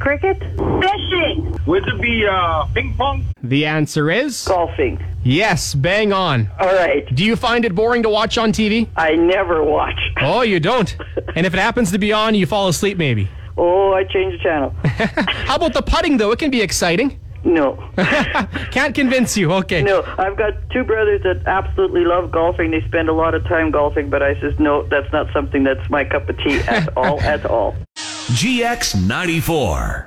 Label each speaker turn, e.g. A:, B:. A: Cricket?
B: Fishing.
C: Would it be uh, ping pong?
D: The answer is
A: Golfing.
D: yes, bang on.
A: All right.
D: Do you find it boring to watch on TV?
A: I never watch.
D: Oh, you don't. And if it happens to be on, you fall asleep maybe.
A: Oh, I changed the channel.
D: How about the putting though? It can be exciting.
A: No.
D: Can't convince you. Okay.
A: No, I've got two brothers that absolutely love golfing. They spend a lot of time golfing, but I says no, that's not something that's my cup of tea at all, at all.
E: GX94.